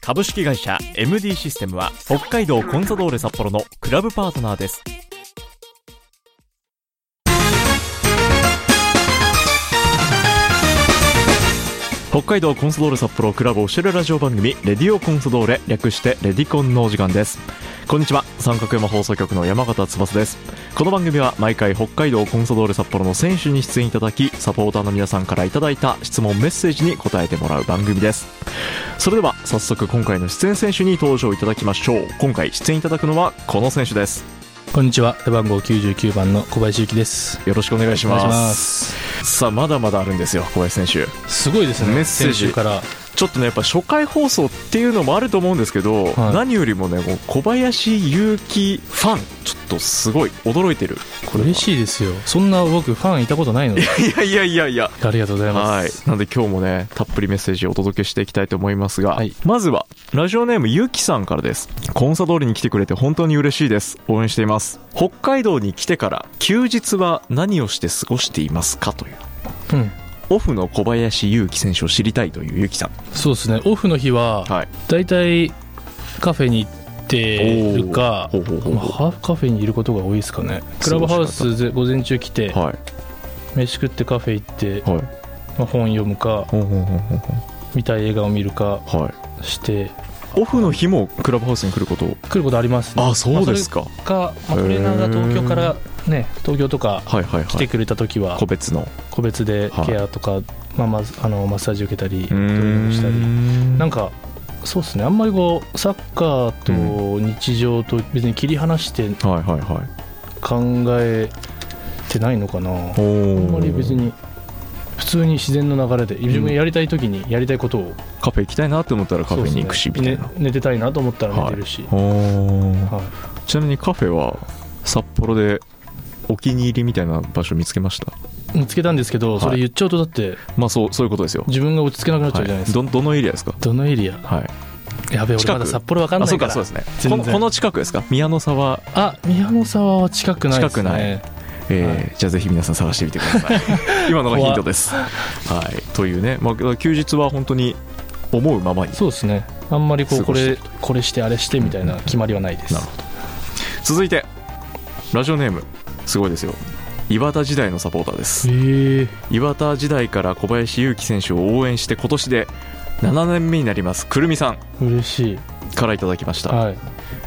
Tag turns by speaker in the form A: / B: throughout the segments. A: 株式会社 MD システムは北海道コンサドーレ札幌のクラブパートナーです北海道コンサドーレ札幌クラブオフィシャルラジオ番組「レディオコンサドーレ」略して「レディコン」のお時間ですこんにちは三角山放送局の山形翼ですこの番組は毎回北海道コンサドーレ札幌の選手に出演いただきサポーターの皆さんからいただいた質問メッセージに答えてもらう番組ですそれでは早速今回の出演選手に登場いただきましょう今回出演いただくのはこの選手です
B: こんにちは背番号99番の小林幸です
A: よろしくお願いし
B: お
A: ます
B: 願いします
A: さあまだまだあるんですよ小林選手
B: すごいですね
A: メッセージ
B: 先週から
A: ちょっとねやっぱ初回放送っていうのもあると思うんですけど、
B: はい
A: 何よりもねもう小林勇輝ファンちょっとすごい驚いてるこれは
B: 嬉しいですよそんな僕ファンいたことないので
A: いやいやいやいや
B: ありがとうございま
A: はい
B: す、
A: なので今日もねたっぷりメッセージをお届けしていきたいと思いますが、
B: はい
A: まずはラジオネームゆきさんからですコンサドーレに来てくれて本当に嬉しいです応援しています北海道に来てから休日は何をして過ごしていますかという
B: うん、
A: オフの小林勇輝選手を知りたいというゆきさん
B: そうですねオフの日は
A: はい
B: だいたいカフェに行ってるか
A: おーほうほう
B: まあ、
A: ほう
B: ハーフカフェにいることが多いですかねクラブハウスで午前中来て
A: はい
B: 飯食ってカフェ行って、
A: はい
B: まあ、本読むか
A: ほうほうほうほう
B: 見たい映画を見るか
A: ほうはい
B: して
A: オフの日もクラブハウスに来ること
B: 来ることありますね
A: あそうですか、
B: まあそれか、まあ、トレーナーが東京からね東京とか
A: はいはい
B: 来
A: は
B: て
A: い
B: くれた時は
A: 個別の
B: 個別で
A: はい
B: ケアとか、まあ、まずあのマッサージ受けたり
A: う
B: トレーニングしたり
A: ん
B: なんかそうですねあんまりこうサッカーと日常と別に切り離して
A: はいはいはい
B: 考えてないのかな、あ
A: おー
B: んまり別に普通に自然の流れで自分がやりたい時にやりたいことを
A: カフェ行きたいなって思ったらカフェに行くし
B: そう
A: み
B: です
A: た
B: ね
A: いな、
B: ね寝てたいなと思ったら寝てるし、
A: おー
B: はい
A: ちなみにカフェは札幌でお気に入りみたいな場所見つけました
B: 見つけたんですけど、
A: はい
B: それ言っちゃうとだって
A: まあそうそういうことですよ
B: 自分が落ち着けなくなっちゃうじゃな
A: は
B: いで
A: い、
B: すか、
A: どどのエリアですか
B: どのエリア
A: はい
B: やべえ俺
A: 近く
B: まだ札幌わかん
A: あ
B: な
A: そう
B: いか
A: からそうですね
B: 全
A: こ
B: 然
A: のこの近くですか宮の沢、
B: あ宮の沢は近くないですね
A: 近くないえー
B: は
A: じゃあぜひ皆さん探してみてくださ い今のがヒントですはいというね、まあ、休日は本当に思うままに
B: そうですねあんまりこう
A: 過
B: こ
A: ごしてる
B: れこれしてあれしてみたいな決まりはないです
A: なるほ続いてラジオネームすごいですよ岩田時代のサポーターです
B: へえ
A: 岩田時代から小林勇輝選手を応援して今年で7年目になりますくるみさん
B: 嬉しい
A: からいただきました、
B: はい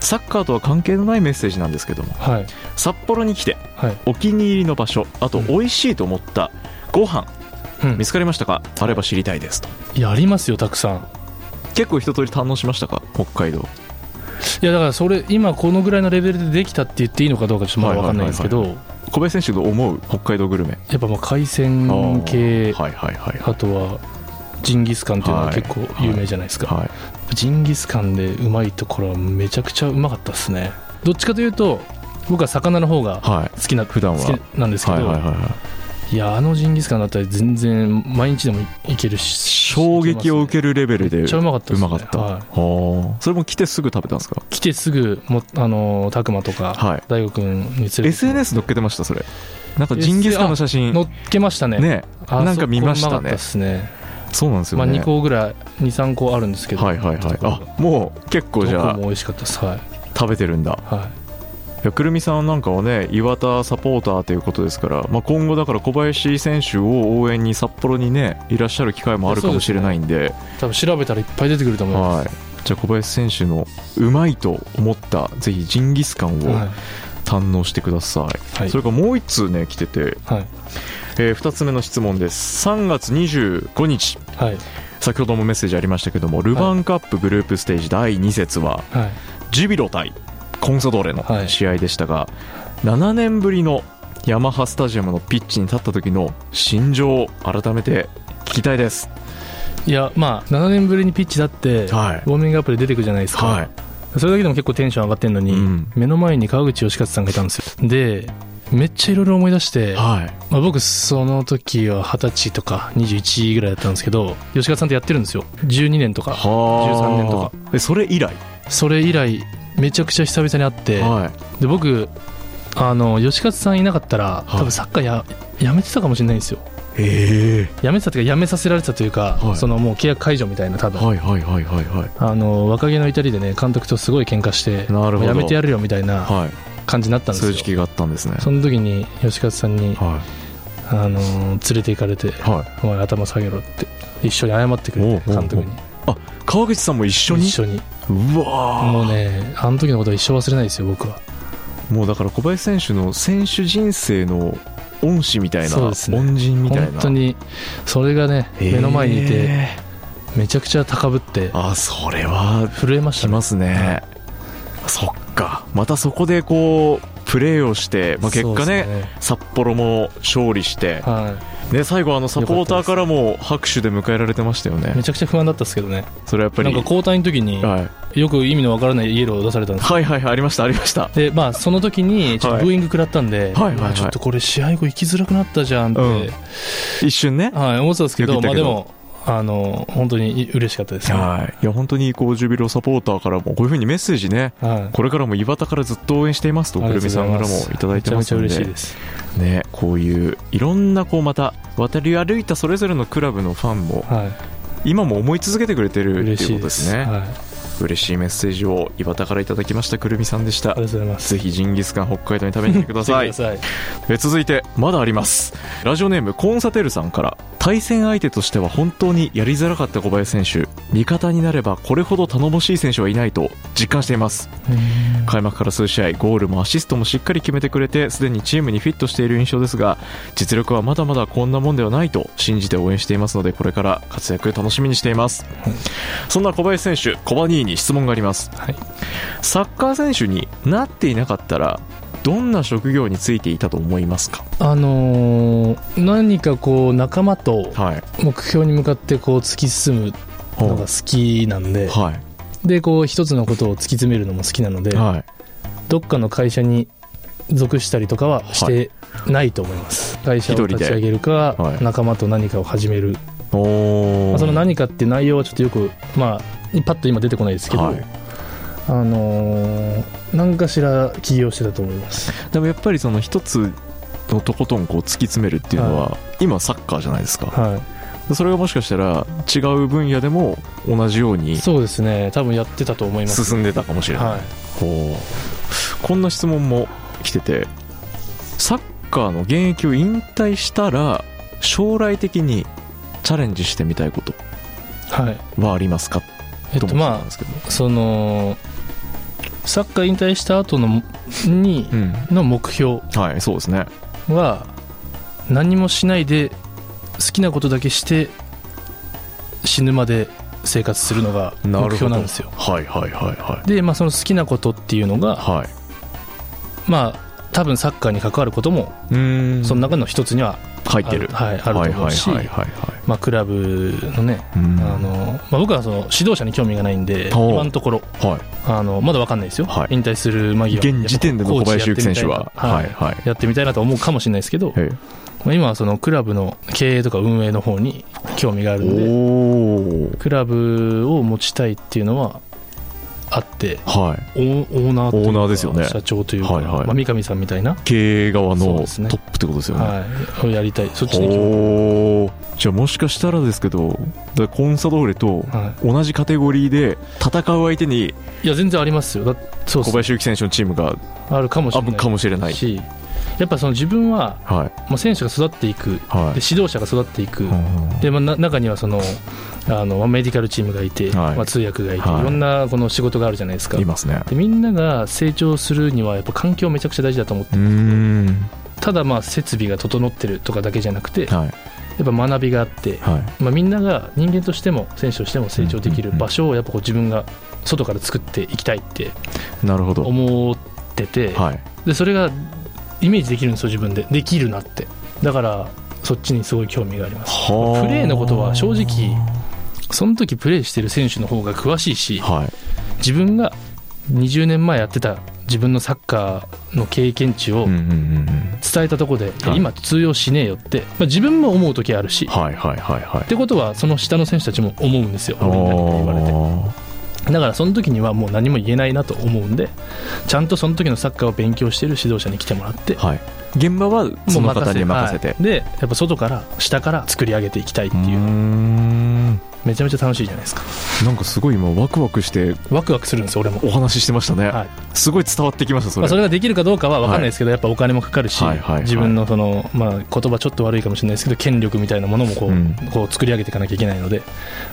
A: サッカーとは関係のないメッセージなんですけども
B: はい
A: 札幌に来て
B: はい、
A: お気に入りの場所あと
B: うん
A: 美味しいと思ったご飯
B: うん
A: 見、つかりましたかあれば知りたいですと
B: いやありますよたくさん
A: 結構一通り堪能しましたか北海道
B: いやだからそれ今このぐらいのレベルでできたって言っていいのかどうかちょっとまだ分かんないんですけど
A: は小林選手の思う北海道グルメ
B: やっぱまあ海鮮
A: あ
B: 系
A: ーはいはいはいは
B: あとはジンギスカンっていうのは
A: はい
B: 結構有名じゃないですか、
A: い、はい、
B: ジンギスカンでうまいところはめちゃくちゃうまかったですねどっちかというと僕は魚の方が
A: はい、
B: 好きな
A: 普段は
B: 好きなんですけど、
A: はいはいはいはい
B: いやあのジンギスカンだったら全然毎日でもいけるし
A: 衝撃を受けるレベルで
B: めっちゃうまかった
A: う
B: ですね
A: まかった、
B: はい
A: はあそれも来てすぐ食べたんですか
B: 来てすぐもあの拓磨とか
A: はい
B: 大悟くんに連れて
A: SNS 載っけてましたそれなんかジンギスカンの写真
B: 乗っけましたね
A: ね
B: あそこ
A: なんか見ましたね
B: うまかったっすね
A: そうなんです
B: ま
A: よ
B: あ
A: ね、
B: 2個ぐらい23個あるんですけど
A: はいはいはいあもう結構
B: ど
A: じゃ
B: こ
A: あ
B: も美味しかったですはい、
A: 食べてるんだ
B: はい
A: やくるみさんなんかはね岩田サポーターということですから、まあ、今後だから小林選手を応援に札幌にねいらっしゃる機会もあるかもしれないんで
B: い、多分調べたらいっぱい出てくると思いま
A: はいじゃあ小林選手のうまいと思ったぜひジンギスカン
B: す、はい
A: を堪能してください、
B: はい
A: それからもう1通ね来てて、
B: はい
A: え2つ目の質問です3月25日
B: はい
A: 先ほどもメッセージありましたけどもルヴァンカップグループステージ第2節は
B: はい
A: ジュビロ対コンサドーレ
B: は
A: の
B: い
A: 試合でしたが、7年ぶりのヤマハスタジアムのピッチに立った時の心情を改めて聞きたいです
B: いやまあ7年ぶりにピッチだって、
A: はい
B: ウォーミングアップで出てくるじゃないですか、
A: はい
B: それだけでも結構テンション上がってんのに、
A: うん
B: 目の前に川口義勝さんがいたんですよでめっちゃいろいろ思い出して、
A: はい
B: まあ、僕その時は二十歳とか21ぐらいだったんですけど吉川さんってやってるんですよ12年とか13年とか
A: かそれ以来
B: それ以来めちゃくちゃ久々に会って、
A: はい
B: で僕あの吉勝さんいなかったら
A: はい
B: 多分サッカーややめてたかもしれないんですよ
A: え
B: やめてたというかやめさせられてたというか、
A: はい
B: そのもう契約解除みたいな多
A: え
B: 分、
A: はいはいはいはいはい
B: あの若気の至りでね監督とすごい喧嘩して
A: なるほど
B: もうやめてやるよみたいな
A: はい
B: 感じになったんです
A: そうい
B: よ
A: う時期があったんですね
B: その時に吉勝さんに、
A: は
B: あの連れて行かれて
A: いはい
B: 「お前頭下げろ」って一緒に謝ってくれて
A: おうおうおう
B: 監督に
A: 川口さんも一緒に
B: 一緒に
A: うわー
B: もうねあの時のことは一生忘れないですよ僕は
A: もうだから小林選手の選手人生の恩師みたいな、
B: そうですね
A: 恩人みたいな
B: 本当にそれがね目の前にいて
A: え
B: めちゃくちゃ高ぶって
A: ーあそれは
B: 震えまし
A: き
B: た
A: ま
B: ね
A: すね、そっかまたそこでこうプレーをして、まあ、結
B: そ
A: 果
B: うで
A: ね
B: す
A: 札幌も勝利して、
B: は
A: ね、最後あのサポーター
B: よか
A: からも拍手で迎えられてましたよ
B: い、め
A: ね
B: ちゃくちゃ不安だったですけどね
A: それはやっぱ
B: な
A: り
B: んか交代の時に
A: はい、
B: よく意味のわからないイエローを出されたんです
A: はいはいはいありましたありま した
B: でまあその時にちょっ
A: はい
B: とブーイング食らったんで、
A: はいはいはい
B: あちょっとこれ試合後行きづらくなったじゃんって、
A: うん一瞬ね
B: はい、思ってたんですけど
A: よく
B: ま
A: 言ったけ
B: あで
A: ど
B: もあの本当に嬉しかったですね、は
A: はいいや本当にこうジュビロサポーターからもこういうふうにメッセージね
B: い、
A: これからも岩田からずっと応援していますと
B: あ
A: くる
B: りがとうご
A: みさんか
B: ざいま
A: らも
B: す
A: いただいてますの
B: めちゃめちゃ嬉しい
A: で
B: です
A: ねこういういろんなこうまた渡り歩いたそれぞれのクラブのファンも
B: はい
A: 今も思い続けてくれてるって
B: 嬉
A: いう
B: し
A: こ
B: い
A: と
B: で
A: ですすね
B: はい、あり
A: 嬉しいメッセージを岩田からいただきましたくるみさんでした
B: がとうございます
A: ぜひジンギスカン北海道に食べに来てくだ さい
B: 来てください
A: え続いてまだありますラジオネームコーンサテルさんから対戦相手としては本当にやりづらかった小林選手味方になればこれほど頼もしい選手はいないと実感しています開幕から数試合ゴールもアシストもしっかり決めてくれてすでにチームにフィットしている印象ですが実力はまだまだこんなもんではないと信じて応援していますのでこれから活躍楽しみにしていますそんな小林選手コバニーに質問があります
B: はい
A: サッカー選手になっていなかったらどんな職業についていたと思いますか
B: あのー何かこう仲間と
A: はい
B: 目標に向かってこう突き進むのが好きなんで、
A: は
B: でこう一つのことを突き詰めるのも好きなので、
A: いはい
B: どっかの会社に属したりとかはしてないと思います、会社を立ち上げるか、
A: はい
B: 仲間と何かを始める、
A: お
B: ま
A: ー
B: あ、その何かって内容はちょっとよくまあパッと今出てこないですけど、
A: はい
B: あのー何かしら起業してたと思います
A: でもやっぱりその一つのとことんこう突き詰めるっていうのは、今サッカーじゃないですか、
B: は
A: それがもしかしたら違う分野でも同じよう
B: い
A: に
B: そうですね多分やってたと思います
A: 進んでたかもしれない、
B: はい
A: ほうこんな質問も来ててサッカーの現役を引退したら将来的にチャレンジしてみたいこと
B: はい
A: はありますか
B: えっ
A: と
B: と
A: 思ってたん
B: ま
A: ですけど、
B: あそのサッカー引退した後のにの目標
A: うんはいそうですね
B: は何もしないで好きなことだけして死ぬまで生活するのが目標なんですよ
A: はいはいはいはい
B: で、まあ、その好きなことっていうのが
A: はい
B: まあ多分サッカーに関わることも
A: うーん
B: その中の一つには
A: 入ってる
B: あはい、あると思うし、
A: はいはいはいはい
B: まあ、クラブのね、
A: はいうん
B: あのまあ、僕はその指導者に興味がないんで
A: おう
B: 今のところ
A: は
B: あのまだ分かんないですよ、
A: はい
B: 引退する間
A: い
B: 際
A: 現時点での小林幸選手は
B: はい
A: はい
B: やってみたいなと思うかもしれないですけど、
A: はい
B: まあ、今はそのクラブの経営とか運営の方に興味があるので
A: おお
B: クラブを持ちたいっていうのはあって
A: はい
B: オーオーナーというか
A: オーナーですよね
B: 社長というか、
A: はいはい
B: まあ、三上さんみたいな、
A: 経営側
B: そう
A: のト
B: ですね
A: ップってことですよね
B: はい、をやりたいそっちに興味
A: おーじゃあもしかしたらですけどだコンサドーレと
B: は
A: 同じカテゴリーで戦う相手に
B: い、いや全然ありますよだそう
A: 小
B: そう
A: 林幸選手のチームが
B: あるかもし
A: あ
B: れな
A: ぶ
B: い
A: かもしれない
B: しやっぱその自分は、
A: はい
B: まあ、選手が育っていくで
A: はい
B: 指導者が育っていく、
A: うん
B: でまあ、な中にはそのあのまあメディカルチームがいて、
A: はい
B: まあ、通訳がいて、
A: はい
B: い、ろんなこの仕事があるじゃないですか
A: いますね
B: でみんなが成長するにはやっぱ環境めちゃくちゃ大事だと思って
A: うーん
B: ただまあ設備が整ってるとかだけじゃなくてやっ
A: はい
B: ぱ学びがあって、
A: はい
B: まあ、みんなが人間としても選手としても成長できる
A: うんうんうん
B: 場所をやっぱこう自分が外から作っていきたいって
A: なるほど
B: 思ってて、
A: はい
B: でそれがイメージできるんですよ自分でできるなってだからそっちにすごい興味があります
A: はあ
B: プレーのことは正直その時プレーしてる選手の方が詳しいし
A: はい
B: 自分が20年前やってた自分のサッカーの経験値を
A: うんうんうん
B: 伝えたとこで、
A: はい
B: 今通用しねえよって、まあ、自分も思う時あるし、
A: はいはいはいはい
B: ってことはその下の選手たちも思うんですよみんなに言われて
A: おー
B: だからその時にはもう何も言えないなと思うんでちゃんとその時のサッカーを勉強している指導者に来てもらって
A: はい現場はその方に任せて
B: はいでやっぱ外から下から作り上げていきたいって
A: うー
B: いうんめちゃめちゃ楽しいじゃないですか
A: なんかすごい今ワクワクして
B: ワクワクするんですよ俺も
A: お話ししてましたね、
B: はい
A: すごい伝わってきましたそ
B: ま
A: れ,、
B: あ、それができるかどうかは分かんないですけど、やっぱお金もかかるし、
A: はいはいはい
B: 自分のその、まあ、言葉ちょっと悪いかもしれないですけど権力みたいなものもこう,、
A: うん
B: こう作り上げていかなきゃいけないので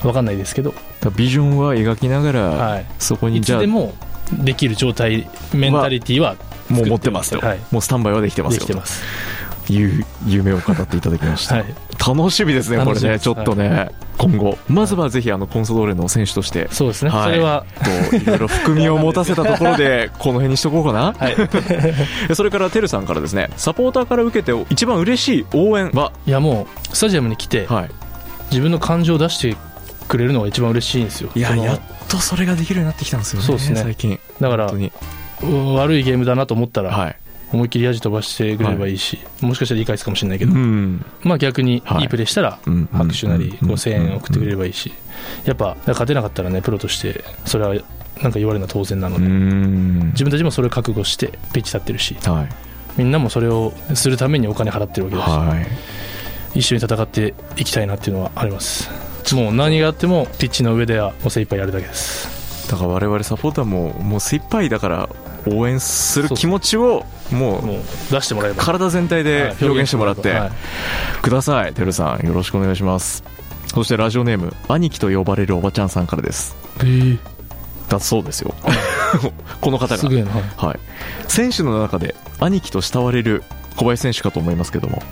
B: 分かんないですけど、
A: だからビジョンは描きながら、
B: はい
A: そこに
B: い
A: じ
B: つ
A: ゃあ
B: でもできる状態メンタリティは
A: もう持ってますと、
B: はい
A: もうスタンバイはできてます
B: で
A: よ
B: きてます、
A: という夢を語っていただきました、
B: はい、
A: 楽しみですねこ
B: 楽
A: れ
B: しみ
A: ね
B: です
A: ちょっとね、今後まずはぜひあのコンソドーレの選手として
B: そうですね、
A: はい
B: それは、
A: こういろいろ含みを持たせたところでこの辺にしとこうかな、
B: はい、
A: それからてるさんからですねサポーターから受けて一番嬉しい応援は、
B: いやもうスタジアムに来て
A: はい、
B: 自分の感情を出してくれるのが一番嬉しいんですよ
A: いや
B: その
A: やっとそれができるようになってきたんですよね
B: そうですね
A: 最近
B: だから
A: 本当に
B: うん悪いゲームだなと思ったら、
A: はい
B: 思いっきりヤジ飛ばしてくれればいいし、もしかしたら言い返すかもしれないけ
A: う
B: ど、
A: ん
B: まあ、逆に
A: はい
B: いいプレーしたら
A: うん
B: 拍手なり
A: うん
B: 5000円送ってくれればいいし、やっぱ勝てなかったらねプロとしてそれはなんか言われるのは当然なの
A: う
B: で、
A: ん
B: 自分たちもそれを覚悟してピッチ立ってるし
A: はい
B: みんなもそれをするためにお金払ってるわけだし、
A: はい
B: 一緒に戦っていきたいなっていうのはありますもう何があってもピッチの上ではもう精一杯やるだけです
A: だから我々サポーターももう精一杯だから応援する気持ちをもう
B: もう出してもらえば
A: 体全体
B: はい
A: で表現してもらって
B: はい
A: くださいてるさんよろしくお願いしますそしてラジオネーム兄貴と呼ばれるおばちゃんさんからですだそうです よこの方
B: す
A: が
B: げえなはい
A: はい、選手の中で兄貴と慕われる小林選手かと思いますけども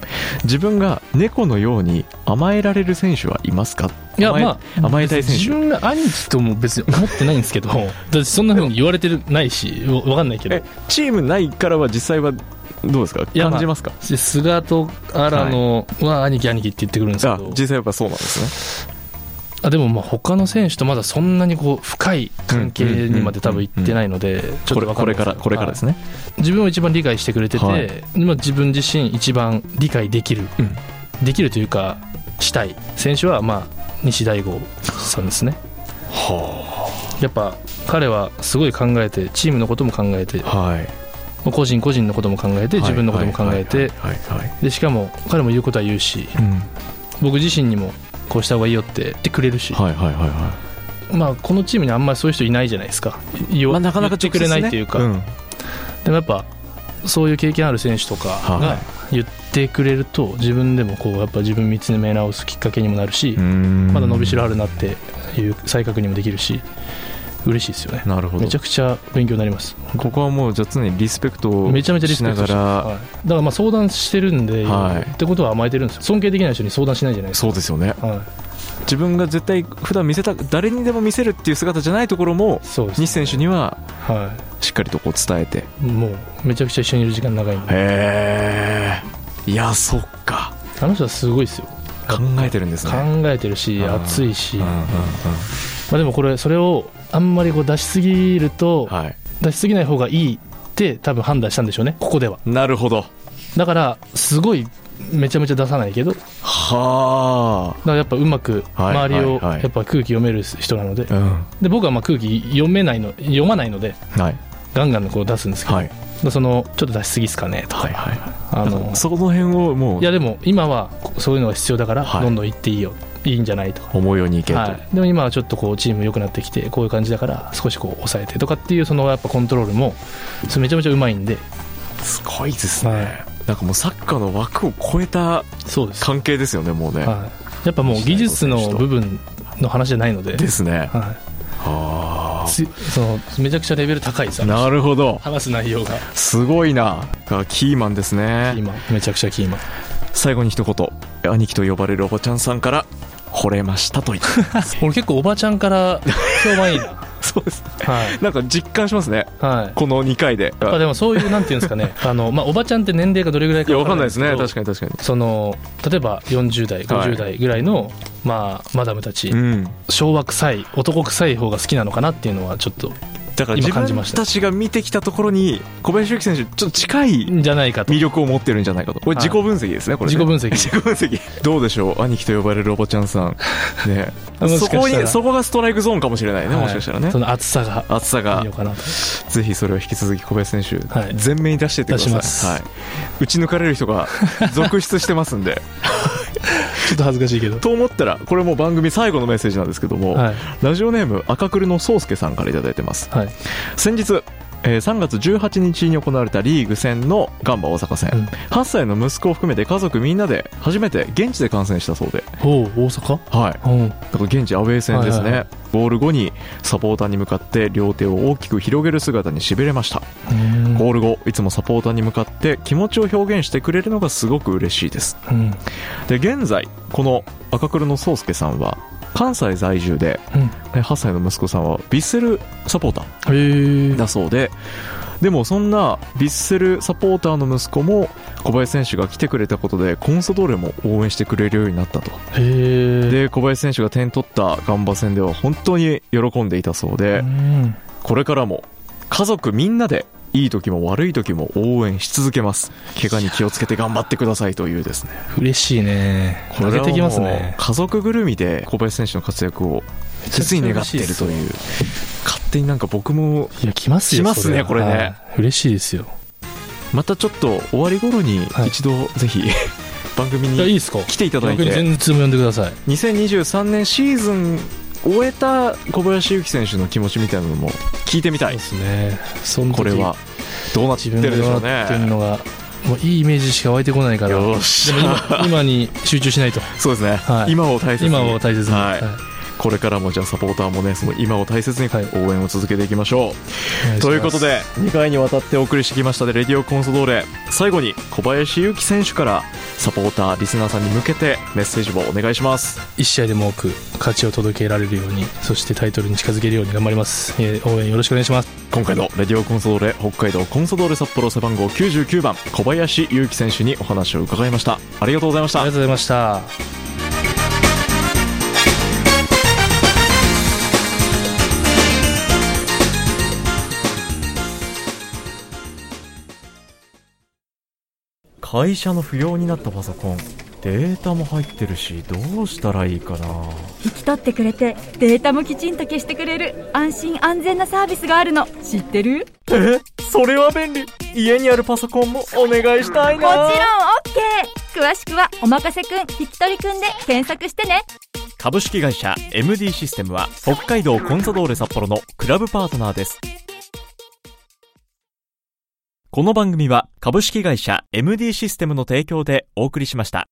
A: 自分が猫のように甘えられる選手はいますか
B: いや
A: 甘え
B: まあ
A: 甘えたい選
B: 自
A: 手
B: 分が兄貴とも別に思ってないんで すけどだってそんなふうに言われてるないしわわかんないけど
A: えチームないからは実際はどうですか
B: いやまあ
A: 感じますか
B: で菅と荒野は兄貴兄貴って言ってくるんです
A: あ
B: けど、
A: 実際やっぱそうなんですね
B: あでもまあ他の選手とまだそんなにこう深い関係にまで多分いってないのでち
A: こ
B: ょっ
A: とれ
B: わ
A: こ
B: んな
A: れ
B: いです
A: からこれからです
B: ね
A: ね、
B: はい自分を一番理解してくれてて、
A: はい
B: まあ自分自身一番理解できる、
A: うん
B: できるというかしたい選手はまあ西大吾さんですねやっぱ彼はすごい考えてチームのことも考えて
A: はいはい
B: 個人個人のことも考えて自分のことも考えて
A: はいはいはいはい
B: でしかも彼も言うことは言うし
A: うん
B: 僕自身にもこうした方がいいよって言ってくれるし、
A: はいはいはいは
B: まあ、このチームにあんまりそういう人いないじゃないですか
A: い
B: 言
A: まあ
B: わ
A: なかなか
B: 言ってくれないというか、
A: 直接ね
B: でもやっぱそういう経験ある選手とか
A: は
B: が言ってくれると自分でもこうやっぱ自分見つめ直すきっかけにもなるし、
A: うん
B: まだ伸びしろあるなっていう再確認もできるし嬉しいですよね
A: なるほど
B: めちゃくちゃ勉強になります
A: ここはもうじゃあ常にリスペクトを
B: めちゃめちゃリスペクト
A: しな
B: ま
A: が
B: す
A: ら
B: はい、だからまあ相談してるんで、
A: はい
B: ってことは甘えてるんですよ尊敬できない人に相談しないじゃないです
A: そうですよね
B: か、はい、
A: 自分が絶対普段見せた誰にでも見せるっていう姿じゃないところも
B: そうです、
A: 西選手には
B: は
A: しっかりとこう伝えてへ
B: い、もうめちゃくちゃ一緒にいる時間長いんで
A: えいやそっか
B: あの人はすごいですよ
A: 考えてるんですね
B: 考えてるし
A: うん
B: 熱いし、
A: うんうんうん
B: まあ、でもこれそれをあんまりこう出しすぎると、
A: はい
B: 出しすぎない方がいいって多分判断したんでしょうねここでは
A: なるほど
B: だからすごいめちゃめちゃ出さないけどだか
A: は
B: らやっぱうまく
A: はい
B: 周りを
A: はいは
B: や
A: い
B: っぱ空気読める人なので,、
A: あうん
B: で僕はまあ空気読めないの読まないので
A: はい
B: ガンガンこう出すんですけど、
A: はい
B: そのちょっと出しすぎっすかねとか、
A: はいは
B: あの
A: いそこの辺をもう
B: いやでも今はそういうのが必要だから
A: はい
B: どんどん行っていいよ、い、いんじゃないとか
A: 思うようにいけと
B: はい、でも今はちょっとこうチーム良くなってきてこういう感じだから少しこう抑えてとかっていうそのやっぱコントロールもそれめちゃめちゃうまいんです
A: ごいです
B: は
A: ね
B: い
A: なんかもうサッカーの枠を超えた
B: そうです、
A: 関係ですよねもうね
B: はい、やっぱもう技術の部分の話じゃないので、
A: ですね
B: は、
A: はい
B: つそのめちゃくちゃレベル高いです
A: あなるほど
B: 話す内容が
A: すごいながキーマンですね
B: 今めちゃくちゃキーマン
A: 最後に一言兄貴と呼ばれるおばちゃんさんから惚れましたと言って
B: 俺結構おばちゃん から評判いいな
A: そうですね
B: はい
A: なんか実感しますね
B: はい
A: この2回で
B: やっぱでもそういうなんていうんですかねあの、まあ、おばちゃんって年齢がどれぐらい
A: い
B: か
A: やわかんないですね
B: わ
A: 確かに確かに
B: その例えば40代
A: はい
B: 50代ぐらいの、まあ、マダムたち、
A: うん
B: 昭和臭い男臭い方が好きなのかなっていうのはちょっと
A: だから
B: 今
A: 自
B: 感じ
A: 分
B: ました
A: たちが見てきたところに小林幸選手ちょっと近い
B: じゃないかと
A: 魅力を持ってるんじゃないかとこれ
B: はい
A: 自己分析ですね、これね
B: 自己分析
A: 自己分析どうでしょう兄貴と呼ばれるおばちゃんさん ね
B: もしか
A: そ
B: したら
A: こにそこがストライクゾーンかもしれないね、もしかしたらね
B: はいその厚さが
A: 暑さが
B: いいのかなと
A: ぜひそれを引き続き小林選手、
B: はい
A: 全面に出していってください
B: 出します
A: はい、打ち抜かれる人が 続出してますんで
B: ちょっと恥ずかしいけど
A: と思ったらこれもう番組最後のメッセージなんですけども、
B: はい
A: ラジオネーム赤くるの宗介さんから頂いてます
B: はい
A: 先日、えー3月18日に行われたリーグ戦のガンバ大阪戦、
B: うん
A: 8歳の息子を含めて家族みんなで初めて現地で観戦したそうで、
B: おお大阪
A: はい、
B: うん
A: だから現地アウェー戦ですね、
B: はいはいは
A: ゴール後にサポーターに向かって両手を大きく広げる姿にしびれました
B: うん
A: ゴール後いつもサポーターに向かって気持ちを表現してくれるのがすごく嬉しいです
B: うん
A: で現在この赤黒の宗介さんは関西在住で
B: うん
A: ね8歳の息子さんはヴィッセルサポーター
B: へー
A: だそうででもそんなヴィッセルサポーターの息子も小林選手が来てくれたことでコンソドーレも応援してくれるようになったと
B: へー
A: で小林選手が点取ったガンバ戦では本当に喜んでいたそうで
B: うん
A: これからも家族みんなでいい時も悪い時も応援し続けます怪我に気をつけて頑張ってくださいというですね
B: 嬉しいね
A: こ
B: 投
A: れ
B: げ
A: は
B: てきます
A: もう
B: ね
A: 家族ぐるみで小林選手の活躍を切に願っているという勝手になんか僕も
B: いや来ます
A: 来
B: よ
A: ますね
B: それは
A: これね
B: はい嬉しいですよ
A: またちょっと終わり頃に
B: はい
A: 一度ぜひ 番組
B: いやいい
A: に
B: ですか
A: 来ていただい
B: 逆に
A: て
B: 全然も呼んでください
A: 2023年シーズン終えた小林幸選手の気持ちみたいなのも聞いてみた
B: そう
A: い
B: ですねその時
A: これはどうなって
B: 自
A: る
B: 分
A: でし
B: が
A: ょう
B: やってる
A: ね
B: のがもういいイメージしか湧いてこないから
A: よっしゃ
B: でも今今に集中しないと
A: そうですね、
B: はい
A: 今を大切に
B: 今を大切に、
A: はい
B: はい
A: これからもじゃあサポーターもねその今を大切に
B: はい
A: 応援を続けていきましょう、
B: お願します
A: ということで2回にわたってお送りしてきましたでレディオコンソドーレ最後に小林勇輝選手からサポーターリスナーさんに向けてメッセージをお願いします
B: 一試合でも多く勝ちを届けられるようにそしてタイトルに近づけるように頑張ります、えー応援よろしくお願いします
A: 今回のレディオコンソドーレ北海道コンソドーレ札幌背番号99番小林勇輝選手にお話を伺いましたありがとうございまし
B: あ
A: た
B: りがとうございました
A: 会社の不要になったパソコンデータも入ってるしどうしたらいいかな
C: 引き取ってくれてデータもきちんと消してくれる安心安全なサービスがあるの知ってる
A: えそれは便利家にあるパソコンもお願いしたい
C: もちろん OK 詳しくは「おまかせくん引き取りくん」で検索してね
A: 株式会社 MD システムは北海道コンサドーレ札幌のクラブパートナーですこの番組は株式会社 MD システムの提供でお送りしました